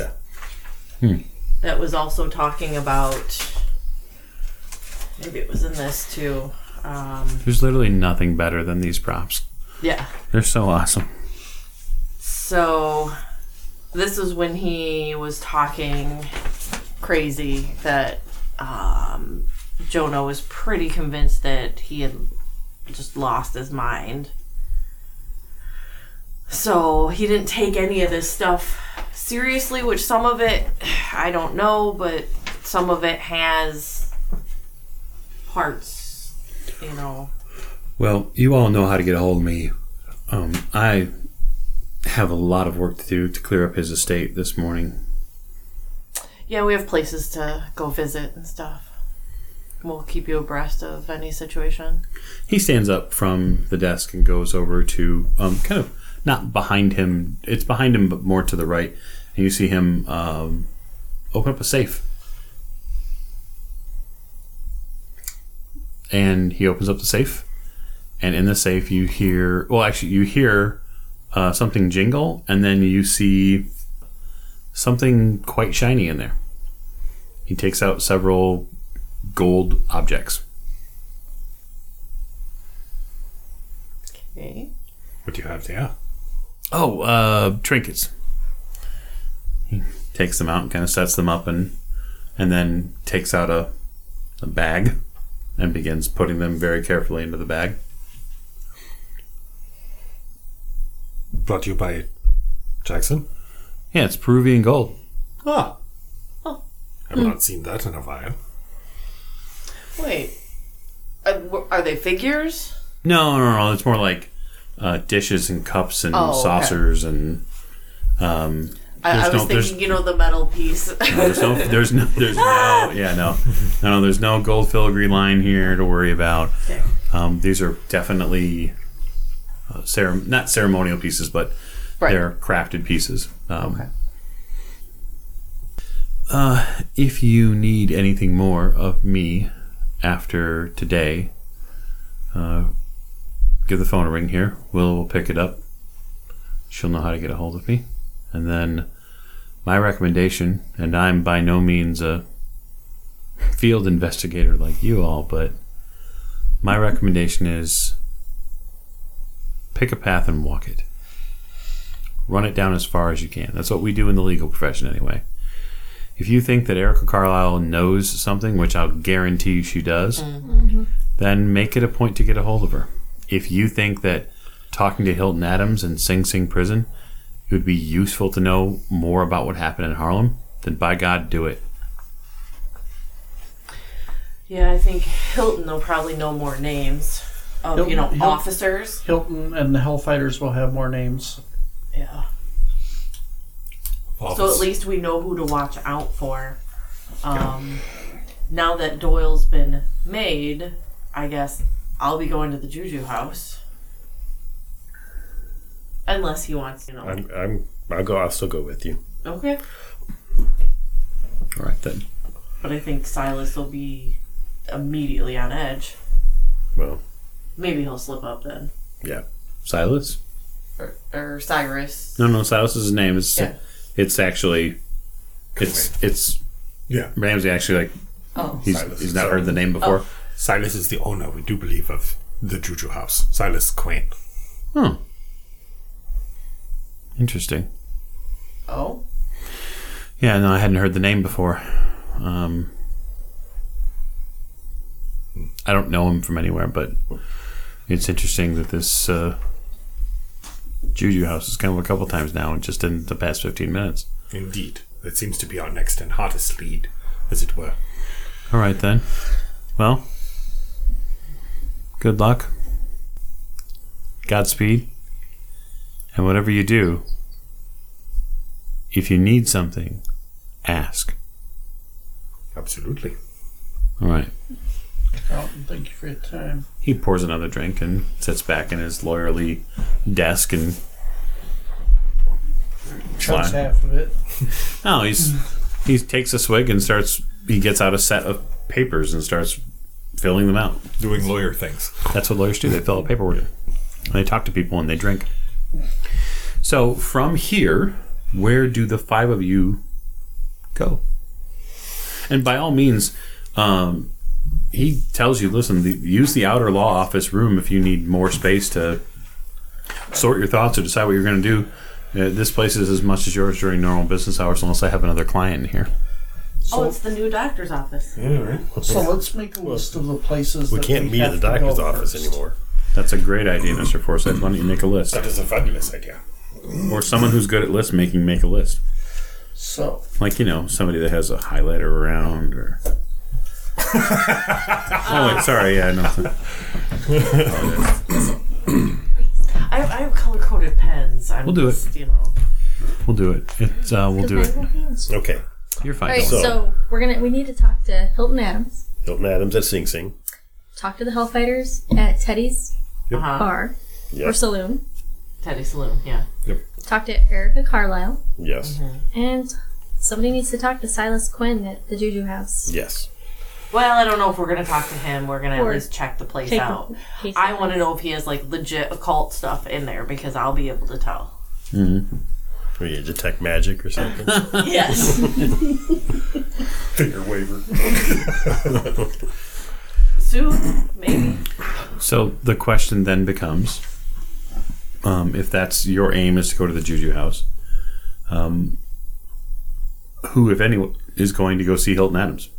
[SPEAKER 2] Yeah.
[SPEAKER 6] That was also talking about. Maybe it was in this too. Um,
[SPEAKER 1] There's literally nothing better than these props.
[SPEAKER 6] yeah.
[SPEAKER 1] They're so awesome.
[SPEAKER 6] So, this was when he was talking crazy that um, Jonah was pretty convinced that he had just lost his mind. So, he didn't take any of this stuff seriously, which some of it, I don't know, but some of it has parts, you know.
[SPEAKER 1] Well, you all know how to get a hold of me. Um, I have a lot of work to do to clear up his estate this morning.
[SPEAKER 6] Yeah, we have places to go visit and stuff. We'll keep you abreast of any situation.
[SPEAKER 1] He stands up from the desk and goes over to um, kind of not behind him. It's behind him, but more to the right. And you see him um, open up a safe. And he opens up the safe. And in the safe, you hear well, actually, you hear uh, something jingle, and then you see something quite shiny in there. He takes out several gold objects.
[SPEAKER 6] Okay.
[SPEAKER 4] What do you have there?
[SPEAKER 1] Oh, uh, trinkets. He takes them out and kind of sets them up and and then takes out a, a bag and begins putting them very carefully into the bag.
[SPEAKER 4] Brought to you by Jackson.
[SPEAKER 1] Yeah, it's Peruvian gold.
[SPEAKER 4] Ah.
[SPEAKER 6] Oh.
[SPEAKER 4] I've
[SPEAKER 6] Hmm.
[SPEAKER 4] not seen that in a while.
[SPEAKER 6] Wait. Are, w- are they figures?
[SPEAKER 1] No, no, no. It's more like uh, dishes and cups and
[SPEAKER 6] Oh, okay.
[SPEAKER 1] saucers and um.
[SPEAKER 6] I, I
[SPEAKER 1] There's
[SPEAKER 6] was
[SPEAKER 1] no- there's-
[SPEAKER 6] thinking, you know, the metal piece.
[SPEAKER 1] There's no, there's no, there's no, yeah, no, no, no. There's no gold filigree line here to worry about.
[SPEAKER 6] Okay.
[SPEAKER 1] Um, these are definitely uh, cere- not ceremonial pieces, but
[SPEAKER 6] Right.
[SPEAKER 1] they're crafted pieces. Um, Uh, if you need anything more of me after today, uh, give the phone a ring here. We'll, we'll pick it up. She'll know how to get a hold of me. And then my recommendation, and I'm by no means a field investigator like you all, but my recommendation is pick a path and walk it. Run it down as far as you can. That's what we do in the legal profession, anyway. If you think that Erica Carlisle knows something, which I'll guarantee you she does,
[SPEAKER 6] Mm-hmm.
[SPEAKER 1] then make it a point to get a hold of her. If you think that talking to Hilton Adams in Sing Sing prison, it would be useful to know more about what happened in Harlem, then by God, do it.
[SPEAKER 6] yeah, I think Hilton will probably know more names of, you
[SPEAKER 5] Hilton-
[SPEAKER 6] know,
[SPEAKER 5] Hilton-
[SPEAKER 6] officers.
[SPEAKER 5] Hilton and the Hellfighters will have more names.
[SPEAKER 6] Yeah.
[SPEAKER 4] Office.
[SPEAKER 6] So at least we know who to watch out for. Um, Now that Doyle's been made, I guess I'll be going to the Juju house. Unless he wants, you know.
[SPEAKER 2] I'm, I'm, I'll go. I'll still go with you.
[SPEAKER 6] okay.
[SPEAKER 1] All right, then.
[SPEAKER 6] But I think Silas will be immediately on edge.
[SPEAKER 2] Well,
[SPEAKER 6] Maybe he'll slip up then.
[SPEAKER 2] yeah.
[SPEAKER 1] Silas?
[SPEAKER 6] Or, or Er, Cyrus.
[SPEAKER 1] No, no, Silas is his name. It's,
[SPEAKER 6] Yeah.
[SPEAKER 1] it's actually, it's, it's,
[SPEAKER 4] Yeah.
[SPEAKER 1] Ramsey actually, like,
[SPEAKER 6] Oh.
[SPEAKER 1] he's,
[SPEAKER 2] Silas
[SPEAKER 1] he's
[SPEAKER 2] is
[SPEAKER 1] not heard the name before.
[SPEAKER 4] Silas is the owner, we do believe, of the Juju House. Silas Quain.
[SPEAKER 1] Hmm. Interesting.
[SPEAKER 6] Oh.
[SPEAKER 1] Yeah, no, I hadn't heard the name before. Um, I don't know him from anywhere, but it's interesting that this uh, Juju house has come up a couple times now, and just in the past fifteen minutes.
[SPEAKER 4] Indeed. That seems to be our next and hottest lead, as it were.
[SPEAKER 1] All right then. Well, good luck. Godspeed. And whatever you do, if you need something, ask.
[SPEAKER 4] Absolutely.
[SPEAKER 1] All right.
[SPEAKER 5] Carlton, thank you for your time.
[SPEAKER 1] He pours another drink and sits back in his lawyerly desk and
[SPEAKER 5] Chugs
[SPEAKER 1] Fine.
[SPEAKER 5] half of it.
[SPEAKER 1] No, oh, he's he takes a swig and starts. He gets out a set of papers and starts filling them out.
[SPEAKER 4] Doing lawyer things.
[SPEAKER 1] That's what lawyers do. They fill out paperwork. And they talk to people and they drink. So from here, where do the five of you go? And by all means, um, he tells you, listen, the, use the outer law office room if you need more space to sort your thoughts or decide what you're going to do. Uh, this place is as much as yours during normal business hours, unless I have another client in here.
[SPEAKER 6] oh, it's the new doctor's office.
[SPEAKER 4] Yeah, right.
[SPEAKER 5] So let's make a list of the places
[SPEAKER 2] We
[SPEAKER 5] that
[SPEAKER 2] can't
[SPEAKER 5] we
[SPEAKER 2] meet at
[SPEAKER 5] have
[SPEAKER 2] the
[SPEAKER 5] to
[SPEAKER 2] doctor's
[SPEAKER 5] go
[SPEAKER 2] office
[SPEAKER 5] first.
[SPEAKER 2] anymore.
[SPEAKER 1] That's a great idea, Mr. Forsyth. Why don't you make a list?
[SPEAKER 4] That is a fabulous idea.
[SPEAKER 1] Or someone who's good at list making, make a list.
[SPEAKER 5] So
[SPEAKER 1] Like, you know, somebody that has a highlighter around or. oh, wait, sorry. Yeah, no.
[SPEAKER 6] I have, I have color coded pens. I'm
[SPEAKER 1] We'll do it.
[SPEAKER 6] just, You know,
[SPEAKER 1] We'll do it. It's, uh, we'll do it.
[SPEAKER 2] Okay.
[SPEAKER 1] You're
[SPEAKER 3] All
[SPEAKER 1] fine.
[SPEAKER 3] right,
[SPEAKER 1] Don't
[SPEAKER 3] so,
[SPEAKER 2] So-
[SPEAKER 3] we're gonna we need to talk to Hilton Adams,
[SPEAKER 2] Hilton Adams at Sing Sing.
[SPEAKER 3] talk to the Hellfighters at Teddy's
[SPEAKER 6] Uh-huh.
[SPEAKER 3] bar or
[SPEAKER 2] Yes.
[SPEAKER 3] saloon,
[SPEAKER 6] Teddy Saloon. Yeah.
[SPEAKER 3] talk to Erica Carlisle,
[SPEAKER 2] Yes.
[SPEAKER 1] Mm-hmm.
[SPEAKER 3] and somebody needs to talk to Silas Quinn at the Juju House.
[SPEAKER 2] Yes.
[SPEAKER 6] Well, I don't know if we're gonna talk to him. We're gonna at
[SPEAKER 3] Or-
[SPEAKER 6] least check the place
[SPEAKER 3] Check
[SPEAKER 6] out.
[SPEAKER 3] the case
[SPEAKER 6] I
[SPEAKER 3] out.
[SPEAKER 6] want to know if he has like legit occult stuff in there because I'll be able to tell.
[SPEAKER 1] Mm-hmm.
[SPEAKER 2] Or you detect magic or something.
[SPEAKER 6] Yes.
[SPEAKER 4] Finger waiver.
[SPEAKER 6] Soon, maybe.
[SPEAKER 1] So the question then becomes um, if that's your aim is to go to the Juju house, um, who, if anyone, is going to go see Hilton Adams?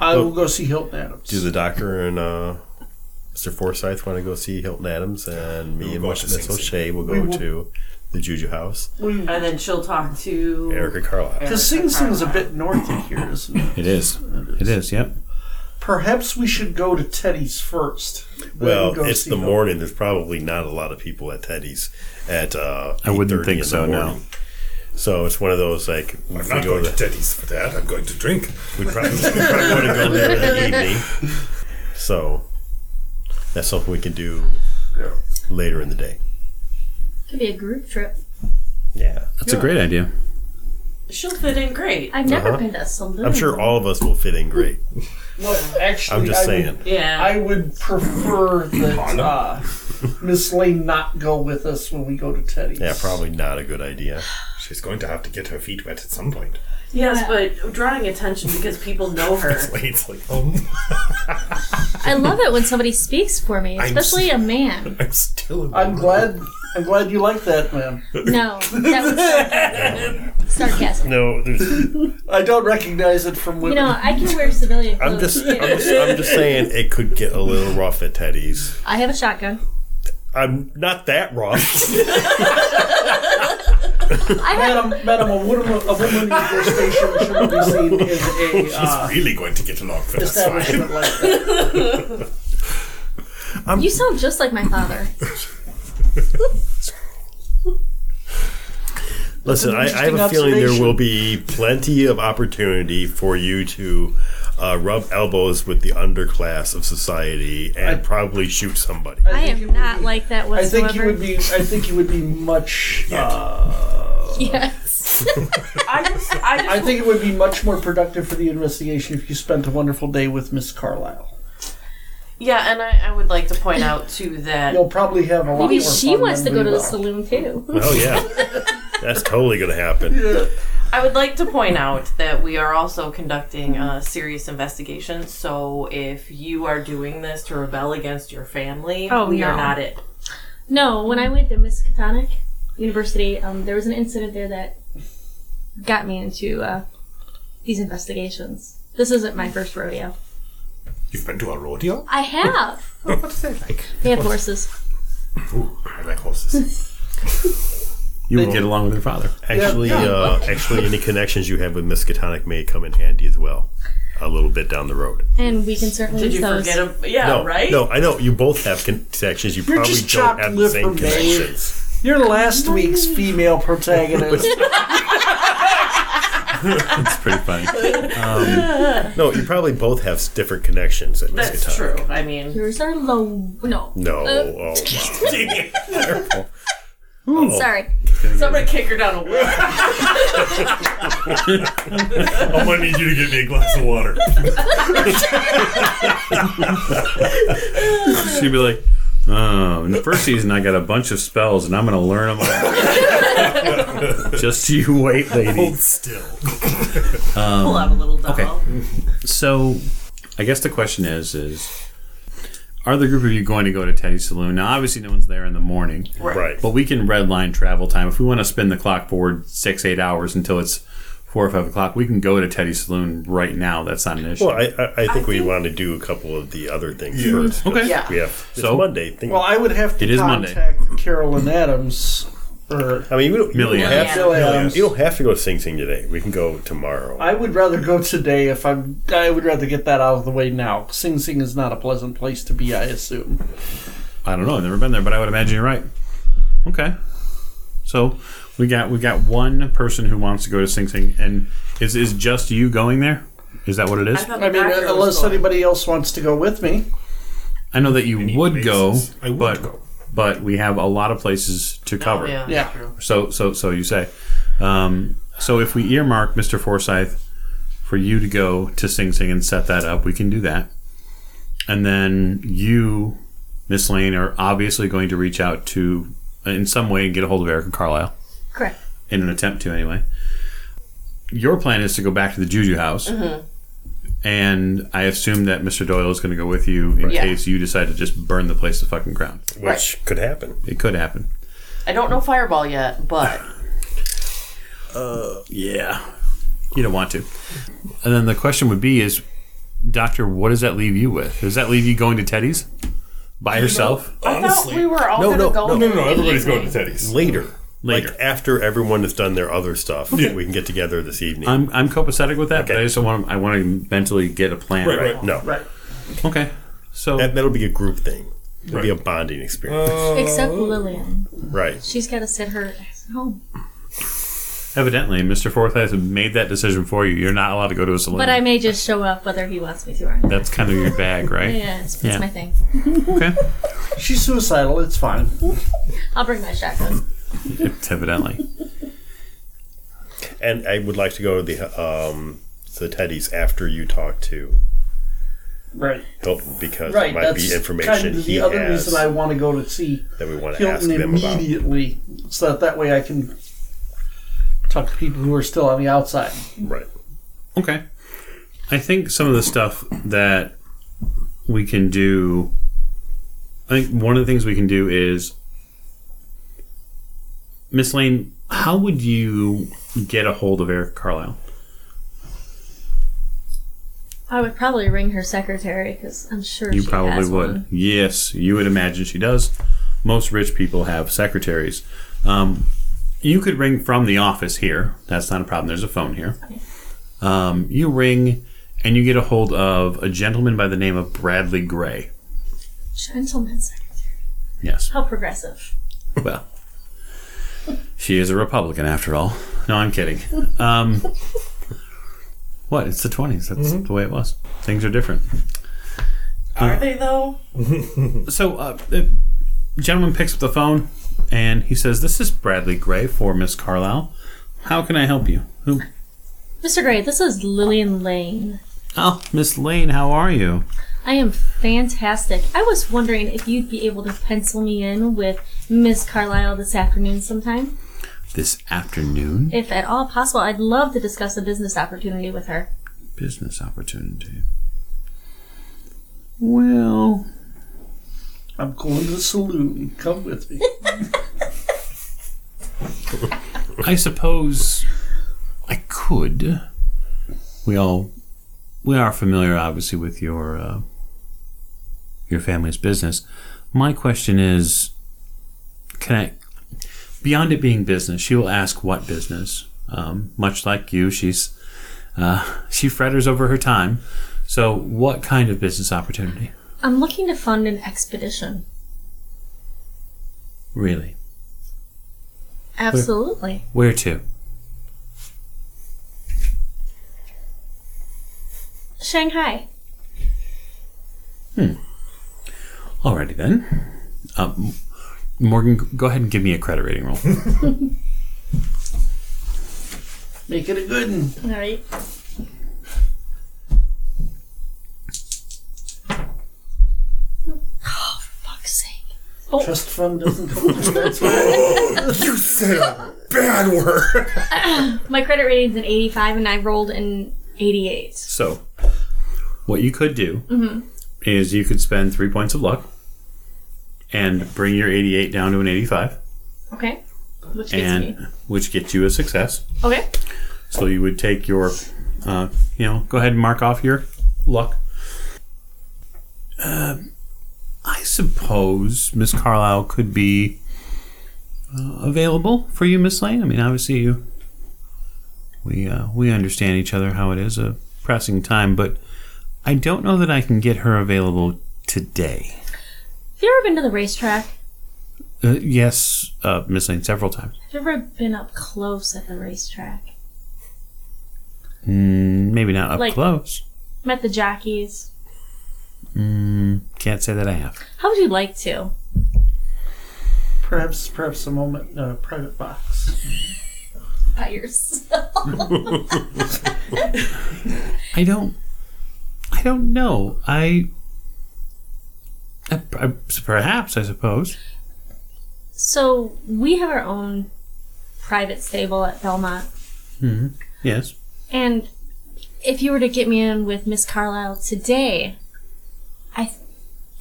[SPEAKER 5] I will go see Hilton Adams.
[SPEAKER 2] Do the doctor and uh, Mr. Forsyth want to go see Hilton Adams, and me
[SPEAKER 4] We'll
[SPEAKER 2] and
[SPEAKER 4] go to Sing
[SPEAKER 2] Miss
[SPEAKER 4] Sing.
[SPEAKER 2] O'Shea will go to the Juju House.
[SPEAKER 6] And then she'll talk to
[SPEAKER 2] Erica Carlisle.
[SPEAKER 5] Because Sing Sing's a bit north of here, isn't it?
[SPEAKER 1] It is. It is, yep.
[SPEAKER 5] Perhaps we should go to Teddy's first. then
[SPEAKER 2] Well,
[SPEAKER 5] go
[SPEAKER 2] it's
[SPEAKER 5] see
[SPEAKER 2] the
[SPEAKER 5] Hilton.
[SPEAKER 2] morning. There's probably not a lot of people at Teddy's at. Uh,
[SPEAKER 1] I wouldn't
[SPEAKER 2] 8:30
[SPEAKER 1] think
[SPEAKER 2] in the
[SPEAKER 1] so, no.
[SPEAKER 2] morning. So it's one of those like if we
[SPEAKER 4] I'm not
[SPEAKER 2] go
[SPEAKER 4] going
[SPEAKER 2] to
[SPEAKER 4] to Teddy's for that. I'm going to drink.
[SPEAKER 2] we probably, we probably want to go there in the evening. So that's something we can do later in the day.
[SPEAKER 3] Could be a group trip.
[SPEAKER 2] Yeah,
[SPEAKER 1] That's a great idea.
[SPEAKER 6] She'll fit in great.
[SPEAKER 3] I've never been to a saloon.
[SPEAKER 2] Uh-huh. I'm sure all of us will fit in great.
[SPEAKER 5] Well, actually,
[SPEAKER 2] I'm just
[SPEAKER 5] I would-
[SPEAKER 2] saying.
[SPEAKER 6] Yeah.
[SPEAKER 5] I would prefer that uh, Miss Lane not go with us when we go to Teddy's.
[SPEAKER 2] Yeah, probably not a good idea.
[SPEAKER 4] She's going to have to get her feet wet at some point.
[SPEAKER 6] yes, but drawing attention because people know her.
[SPEAKER 4] Slade's like, um,
[SPEAKER 3] I love it when somebody speaks for me, especially a man.
[SPEAKER 4] I'm still. a
[SPEAKER 5] I'm
[SPEAKER 4] woman.
[SPEAKER 5] glad. I'm glad you like that, man.
[SPEAKER 3] No, that was sarcasm. sarcasm.
[SPEAKER 2] No, there's,
[SPEAKER 5] I don't recognize it from
[SPEAKER 3] You
[SPEAKER 5] women.
[SPEAKER 3] know, I can wear civilian clothes.
[SPEAKER 2] I'm just,
[SPEAKER 3] too.
[SPEAKER 2] I'm just, I'm just saying it could get a little rough at Teddy's.
[SPEAKER 3] I have a shotgun.
[SPEAKER 2] I'm not that rough.
[SPEAKER 3] I have
[SPEAKER 5] Madam, madam, a woman, a woman in your station shouldn't be seen in a uh,
[SPEAKER 4] Really going to get along for this fight.
[SPEAKER 5] establishment like that.
[SPEAKER 3] You sound just like my father.
[SPEAKER 2] Listen, I, I have a
[SPEAKER 5] Interesting
[SPEAKER 2] feeling there
[SPEAKER 5] observation.
[SPEAKER 2] will be plenty of opportunity for you to uh, rub elbows with the underclass of society and probably shoot somebody.
[SPEAKER 3] I
[SPEAKER 5] think you
[SPEAKER 3] am
[SPEAKER 5] would
[SPEAKER 3] not
[SPEAKER 5] be-
[SPEAKER 3] like that
[SPEAKER 5] I
[SPEAKER 3] whatsoever.
[SPEAKER 5] think you would be. I think you would be much. Uh,
[SPEAKER 3] Yes.
[SPEAKER 6] I just, I just
[SPEAKER 5] I think it would be much more productive for the investigation if you spent a wonderful day with Miss Carlisle.
[SPEAKER 6] Yeah, and I, I would like to point out too that
[SPEAKER 5] You'll probably have a lot
[SPEAKER 3] Maybe
[SPEAKER 5] more
[SPEAKER 3] she
[SPEAKER 5] fun
[SPEAKER 3] wants to
[SPEAKER 5] than
[SPEAKER 3] go
[SPEAKER 5] we
[SPEAKER 3] to the
[SPEAKER 5] will.
[SPEAKER 3] saloon too.
[SPEAKER 2] Oh yeah, that's totally gonna happen.
[SPEAKER 6] I would like to point out that we are also conducting a serious investigation. So if you are doing this to rebel against your family,
[SPEAKER 3] Oh,
[SPEAKER 6] we are
[SPEAKER 3] no.
[SPEAKER 6] not it.
[SPEAKER 3] No, when I went to Miss Catonic University, um, there was an incident there that got me into uh, these investigations. This isn't my first rodeo.
[SPEAKER 4] You've been to a rodeo?
[SPEAKER 3] I have.
[SPEAKER 4] What is it like?
[SPEAKER 3] They have horses.
[SPEAKER 4] Ooh, I like horses.
[SPEAKER 1] You will get along with your father.
[SPEAKER 2] Actually, uh, actually, any connections you have with Miskatonic may come in handy as well. A little bit down the road.
[SPEAKER 3] And we can certainly
[SPEAKER 6] Did
[SPEAKER 3] use
[SPEAKER 6] you
[SPEAKER 3] those.
[SPEAKER 6] forget? A, yeah,
[SPEAKER 2] No,
[SPEAKER 6] right.
[SPEAKER 2] No, I know you both have connections. You
[SPEAKER 5] You're
[SPEAKER 2] probably
[SPEAKER 5] just
[SPEAKER 2] don't
[SPEAKER 5] chopped
[SPEAKER 2] have the
[SPEAKER 5] liver,
[SPEAKER 2] same
[SPEAKER 5] babe.
[SPEAKER 2] connections.
[SPEAKER 5] You're last week's female protagonist.
[SPEAKER 1] It's pretty funny.
[SPEAKER 2] No, you probably both have s- different connections at Miskatonic.
[SPEAKER 6] That's true. I mean,
[SPEAKER 3] Yours are low. No.
[SPEAKER 2] No.
[SPEAKER 3] Uh,
[SPEAKER 2] Oh, wow.
[SPEAKER 1] Oh.
[SPEAKER 3] Sorry.
[SPEAKER 6] somebody kick her down a wall.
[SPEAKER 4] I'm gonna need you to get me a glass of water.
[SPEAKER 1] She'd be like, "Oh, in the first season, I got a bunch of spells, and I'm going to learn them all." Just you wait, lady.
[SPEAKER 4] Hold still.
[SPEAKER 6] Pull out a little doll.
[SPEAKER 1] okay. So, I guess the question is: is are the group of you going to go to Teddy's Saloon? Now, obviously, no one's there in the morning,
[SPEAKER 2] Right.
[SPEAKER 1] but we can red line travel time if we want to spin the clock forward six, eight hours until it's four or five o'clock. We can go to Teddy's Saloon right now. That's not an issue.
[SPEAKER 2] Well, I, I, I think we want to do a couple of the other things first.
[SPEAKER 1] okay.
[SPEAKER 6] Yeah.
[SPEAKER 2] We have
[SPEAKER 1] So-
[SPEAKER 2] so Monday. Think,
[SPEAKER 5] Well, I would have to
[SPEAKER 1] It is Monday.
[SPEAKER 5] contact Carolyn Adams, or
[SPEAKER 2] I mean, you don't, you don't
[SPEAKER 1] Millie
[SPEAKER 2] have
[SPEAKER 6] Adams.
[SPEAKER 2] to,
[SPEAKER 5] Millie Adams.
[SPEAKER 2] you don't have to go to Sing Sing today. We can go tomorrow.
[SPEAKER 5] I would rather go today if I'm. I would rather get that out of the way now. Sing Sing is not a pleasant place to be, I assume.
[SPEAKER 1] I don't know. I've never been there, but I would imagine you're right. Okay. So we got we got one person who wants to go to Sing Sing, and is is just you going there? Is that what it
[SPEAKER 6] I
[SPEAKER 1] is?
[SPEAKER 6] thought
[SPEAKER 5] I mean,
[SPEAKER 6] the doctor was
[SPEAKER 5] unless
[SPEAKER 6] going.
[SPEAKER 5] anybody else wants to go with me.
[SPEAKER 1] I know that you would go,
[SPEAKER 4] basis. I would
[SPEAKER 1] but
[SPEAKER 4] go.
[SPEAKER 1] but we have a lot of places to cover.
[SPEAKER 6] Yeah.
[SPEAKER 5] Yeah.
[SPEAKER 6] true.
[SPEAKER 1] So so so you say. Um, so if we earmark Mr. Forsyth for you to go to Sing Sing and set that up, we can do that. And then you, Miss Lane, are obviously going to reach out to in some way and get a hold of Erica Carlisle.
[SPEAKER 3] Correct.
[SPEAKER 1] in an attempt to anyway. Your plan is to go back to the Juju house, and I assume that Mr. Doyle is going to go with you in
[SPEAKER 6] Yeah.
[SPEAKER 1] case you decide to just burn the place to fucking ground.
[SPEAKER 2] which
[SPEAKER 6] right.
[SPEAKER 2] could happen.
[SPEAKER 1] It could happen.
[SPEAKER 6] I don't know Fireball yet, but
[SPEAKER 1] Yeah, you don't want to. And then the question would be: Is Doctor, what does that leave you with? Does that leave you going to Teddy's by yourself?
[SPEAKER 6] I thought we
[SPEAKER 4] Honestly.
[SPEAKER 6] were all
[SPEAKER 2] No,
[SPEAKER 6] going to
[SPEAKER 2] no,
[SPEAKER 6] go.
[SPEAKER 2] no,
[SPEAKER 4] No, no, no.
[SPEAKER 6] in the
[SPEAKER 4] Everybody's
[SPEAKER 6] evening.
[SPEAKER 4] going to Teddy's.
[SPEAKER 2] Later.
[SPEAKER 1] Later.
[SPEAKER 2] Like after everyone has done their other stuff, we can get together this evening.
[SPEAKER 1] I'm I'm copacetic with that, but
[SPEAKER 2] Okay.
[SPEAKER 1] I just want I want to mentally get a plan.
[SPEAKER 4] Right, right.
[SPEAKER 2] no.
[SPEAKER 1] Okay. So
[SPEAKER 2] That, that'll be a group thing. It'll be a bonding experience.
[SPEAKER 4] Uh.
[SPEAKER 3] Except Lillian.
[SPEAKER 2] right.
[SPEAKER 3] She's got to sit her ass at home.
[SPEAKER 1] evidently, Mr. Forsyth made that decision for you. You're not allowed to go to a saloon.
[SPEAKER 3] But I may just show up whether he wants me to or not.
[SPEAKER 1] That's kind of your bag, right?
[SPEAKER 3] Yeah, it's, it's
[SPEAKER 1] Yeah.
[SPEAKER 3] my thing.
[SPEAKER 1] Okay.
[SPEAKER 5] She's suicidal. It's fine.
[SPEAKER 3] I'll bring my shotgun.
[SPEAKER 1] Evidently.
[SPEAKER 2] And I would like to go to the um, the Teddy's after you talk to
[SPEAKER 5] Right.
[SPEAKER 2] Hilton because
[SPEAKER 5] Right.
[SPEAKER 2] it might
[SPEAKER 5] that's
[SPEAKER 2] be information
[SPEAKER 5] kind of
[SPEAKER 2] he
[SPEAKER 5] the other
[SPEAKER 2] has
[SPEAKER 5] reason I want to go to see
[SPEAKER 2] that we want to ask
[SPEAKER 5] Hilton
[SPEAKER 2] them about.
[SPEAKER 5] immediately, so that that way I can talk to people who are still on the outside.
[SPEAKER 2] Right.
[SPEAKER 1] Okay. I think some of the stuff that we can do. I think one of the things we can do is. Miss Lane, how would you get a hold of Eric Carlisle?
[SPEAKER 3] I would probably ring her secretary because I'm sure
[SPEAKER 1] You
[SPEAKER 3] she
[SPEAKER 1] probably
[SPEAKER 3] has
[SPEAKER 1] would.
[SPEAKER 3] one.
[SPEAKER 1] Yes, you would imagine she does. Most rich people have secretaries. Um, you could ring from the office here. That's not a problem. There's a phone here. Um, you ring and you get a hold of a gentleman by the name of Bradley Gray.
[SPEAKER 3] Gentleman secretary.
[SPEAKER 1] Yes.
[SPEAKER 3] How progressive.
[SPEAKER 1] Well, she is a Republican after all. No, I'm kidding. Um, what? It's the 20s. That's the way it was. Things are different.
[SPEAKER 6] Mm-hmm. Are they though?
[SPEAKER 1] so uh, the gentleman picks up the phone and he says, "This is Bradley Gray for Miss Carlisle. How can I help you?" Who?
[SPEAKER 3] Mr. Gray, this is Lillian Lane.
[SPEAKER 1] Oh, Miss Lane, how are you?
[SPEAKER 3] I am fantastic. I was wondering if you'd be able to pencil me in with Miss Carlisle this afternoon sometime.
[SPEAKER 1] This afternoon,
[SPEAKER 3] If at all possible, I'd love to discuss a business opportunity with her.
[SPEAKER 1] business opportunity. Well,
[SPEAKER 5] I'm going to the saloon. Come with me.
[SPEAKER 1] I suppose I could. We all we are familiar, obviously, with your uh, your family's business. My question is, can I? Beyond it being business, she will ask what business. Um, much like you, she's uh, she fretters over her time. So, what kind of business opportunity?
[SPEAKER 3] I'm looking to fund an expedition.
[SPEAKER 1] Really,
[SPEAKER 3] Absolutely.
[SPEAKER 1] where to?
[SPEAKER 3] Shanghai.
[SPEAKER 1] Alrighty then. Um, Morgan, g- go ahead and give me a credit rating roll.
[SPEAKER 5] Make it a good one.
[SPEAKER 3] All right. Oh, for fuck's sake.
[SPEAKER 5] Trust fund doesn't come with that.
[SPEAKER 2] You said a bad word.
[SPEAKER 3] My credit rating's an 85, and I rolled an 88.
[SPEAKER 1] So, what you could do
[SPEAKER 3] Mm-hmm.
[SPEAKER 1] is you could spend three points of luck and bring your 88 down to an 85,
[SPEAKER 3] Okay. Which gets me.
[SPEAKER 1] and which gets you a success.
[SPEAKER 3] Okay.
[SPEAKER 1] So you would take your, uh, you know, go ahead and mark off your luck. Uh, I suppose Miss Carlisle could be uh, available for you, Miss Lane. I mean, obviously you, we uh, we understand each other how it is a pressing time, but I don't know that I can get her available today.
[SPEAKER 3] Have you ever been to the racetrack? Have
[SPEAKER 1] Uh, yes, uh, Miss Lane, several times.
[SPEAKER 3] you ever been up close at the racetrack?
[SPEAKER 1] Mm, maybe not up
[SPEAKER 3] Like-
[SPEAKER 1] close.
[SPEAKER 3] Met the jockeys?
[SPEAKER 1] Mm, can't say that I have.
[SPEAKER 3] How would you like to?
[SPEAKER 5] Perhaps, perhaps a moment. Uh, private box.
[SPEAKER 3] By yourself.
[SPEAKER 1] I don't. I don't know. I. I, I perhaps I suppose.
[SPEAKER 3] So we have our own private stable at Belmont,
[SPEAKER 1] Yes.
[SPEAKER 3] and if you were to get me in with Miss Carlisle today, I th-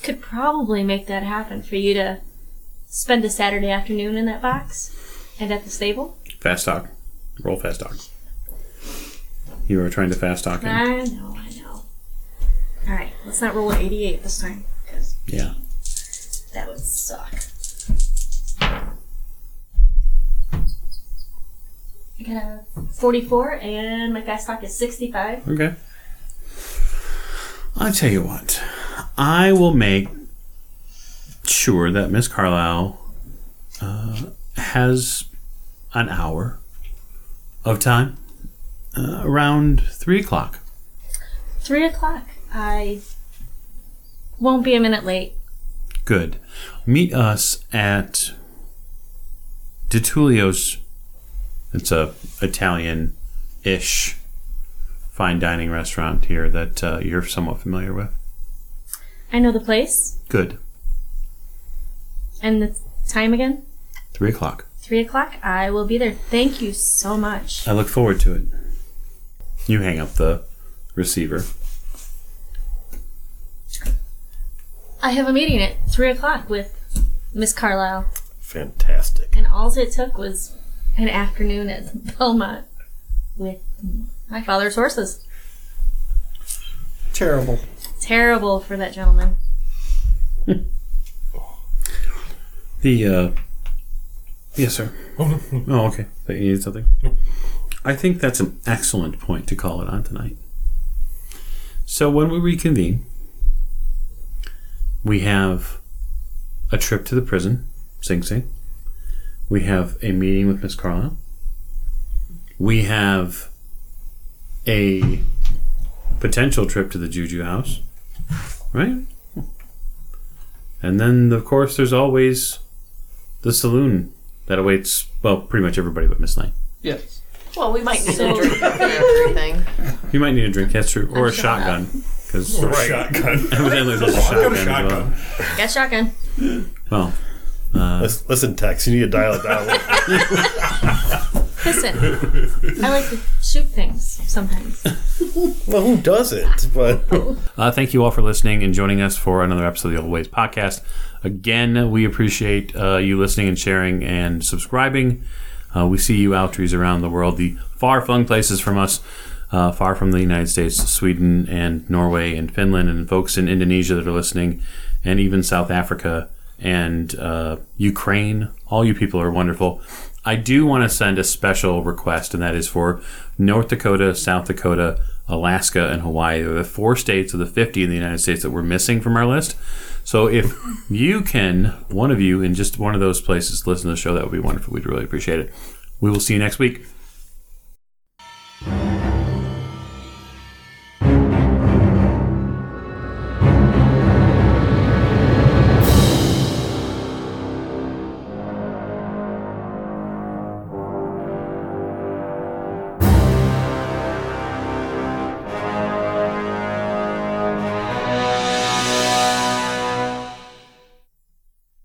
[SPEAKER 3] could probably make that happen for you to spend a Saturday afternoon in that box and at the stable.
[SPEAKER 1] Fast talk. Roll fast talk. You are trying to fast talk. him.
[SPEAKER 3] I know, I know. All right, let's not roll an 88 this time because
[SPEAKER 1] Yeah.
[SPEAKER 3] that would suck. I got a 44 and my fast talk is 65.
[SPEAKER 1] Okay. I'll tell you what. I will make sure that Miss Carlisle uh, has an hour of time uh, around three o'clock.
[SPEAKER 3] Three o'clock. I won't be a minute late.
[SPEAKER 1] Good. Meet us at DiTullio's. It's a Italian-ish fine dining restaurant here that uh, you're somewhat familiar with.
[SPEAKER 3] I know the place
[SPEAKER 1] Good.
[SPEAKER 3] and the time again.
[SPEAKER 1] Three o'clock.
[SPEAKER 3] Three o'clock. I will be there. Thank you so much.
[SPEAKER 1] I look forward to it. You hang up the receiver.
[SPEAKER 3] I have a meeting at three o'clock with Miss Carlisle,
[SPEAKER 2] Fantastic.
[SPEAKER 3] and all it took was an afternoon at Belmont with my father's horses.
[SPEAKER 5] Terrible.
[SPEAKER 3] Terrible for that gentleman.
[SPEAKER 1] The uh, yes, sir.
[SPEAKER 4] Oh, no.
[SPEAKER 1] Oh, okay. That you need something. I think that's an excellent point to call it on tonight. So when we reconvene, we have a trip to the prison, Sing Sing. We have a meeting with Miss Carlisle. We have a potential trip to the Juju House, right? And then, of course, there's always the saloon that awaits well pretty much everybody but Miss Lane.
[SPEAKER 5] Yes.
[SPEAKER 6] Well, we might need
[SPEAKER 3] So-
[SPEAKER 6] to drink after everything.
[SPEAKER 1] You might need a drink, that's true, or a
[SPEAKER 6] I'm showing up.
[SPEAKER 1] shotgun because
[SPEAKER 4] Shotgun.
[SPEAKER 1] evidently there's a
[SPEAKER 4] I've
[SPEAKER 1] shotgun.
[SPEAKER 4] got a
[SPEAKER 1] as well.
[SPEAKER 4] shotgun.
[SPEAKER 3] Got shotgun.
[SPEAKER 1] Well,
[SPEAKER 4] Uh.
[SPEAKER 2] Listen, listen, Tex, you need to dial it down.
[SPEAKER 3] Listen, I like to shoot things sometimes.
[SPEAKER 2] well, who doesn't? But
[SPEAKER 1] Uh, thank you all for listening and joining us for another episode of the Old Ways Podcast. Again, we appreciate uh, you listening and sharing and subscribing. Uh, we see you outrees around the world, the far flung places from us, uh, far from the United States, Sweden and Norway and Finland, and folks in Indonesia that are listening, and even South Africa and uh, Ukraine. All you people are wonderful. I do want to send a special request, and that is for North Dakota, South Dakota, Alaska, and Hawaii. They're the four states of the 50 in the United States that we're missing from our list. So if you can, one of you in just one of those places, listen to the show, that would be wonderful. We'd really appreciate it. We will see you next week.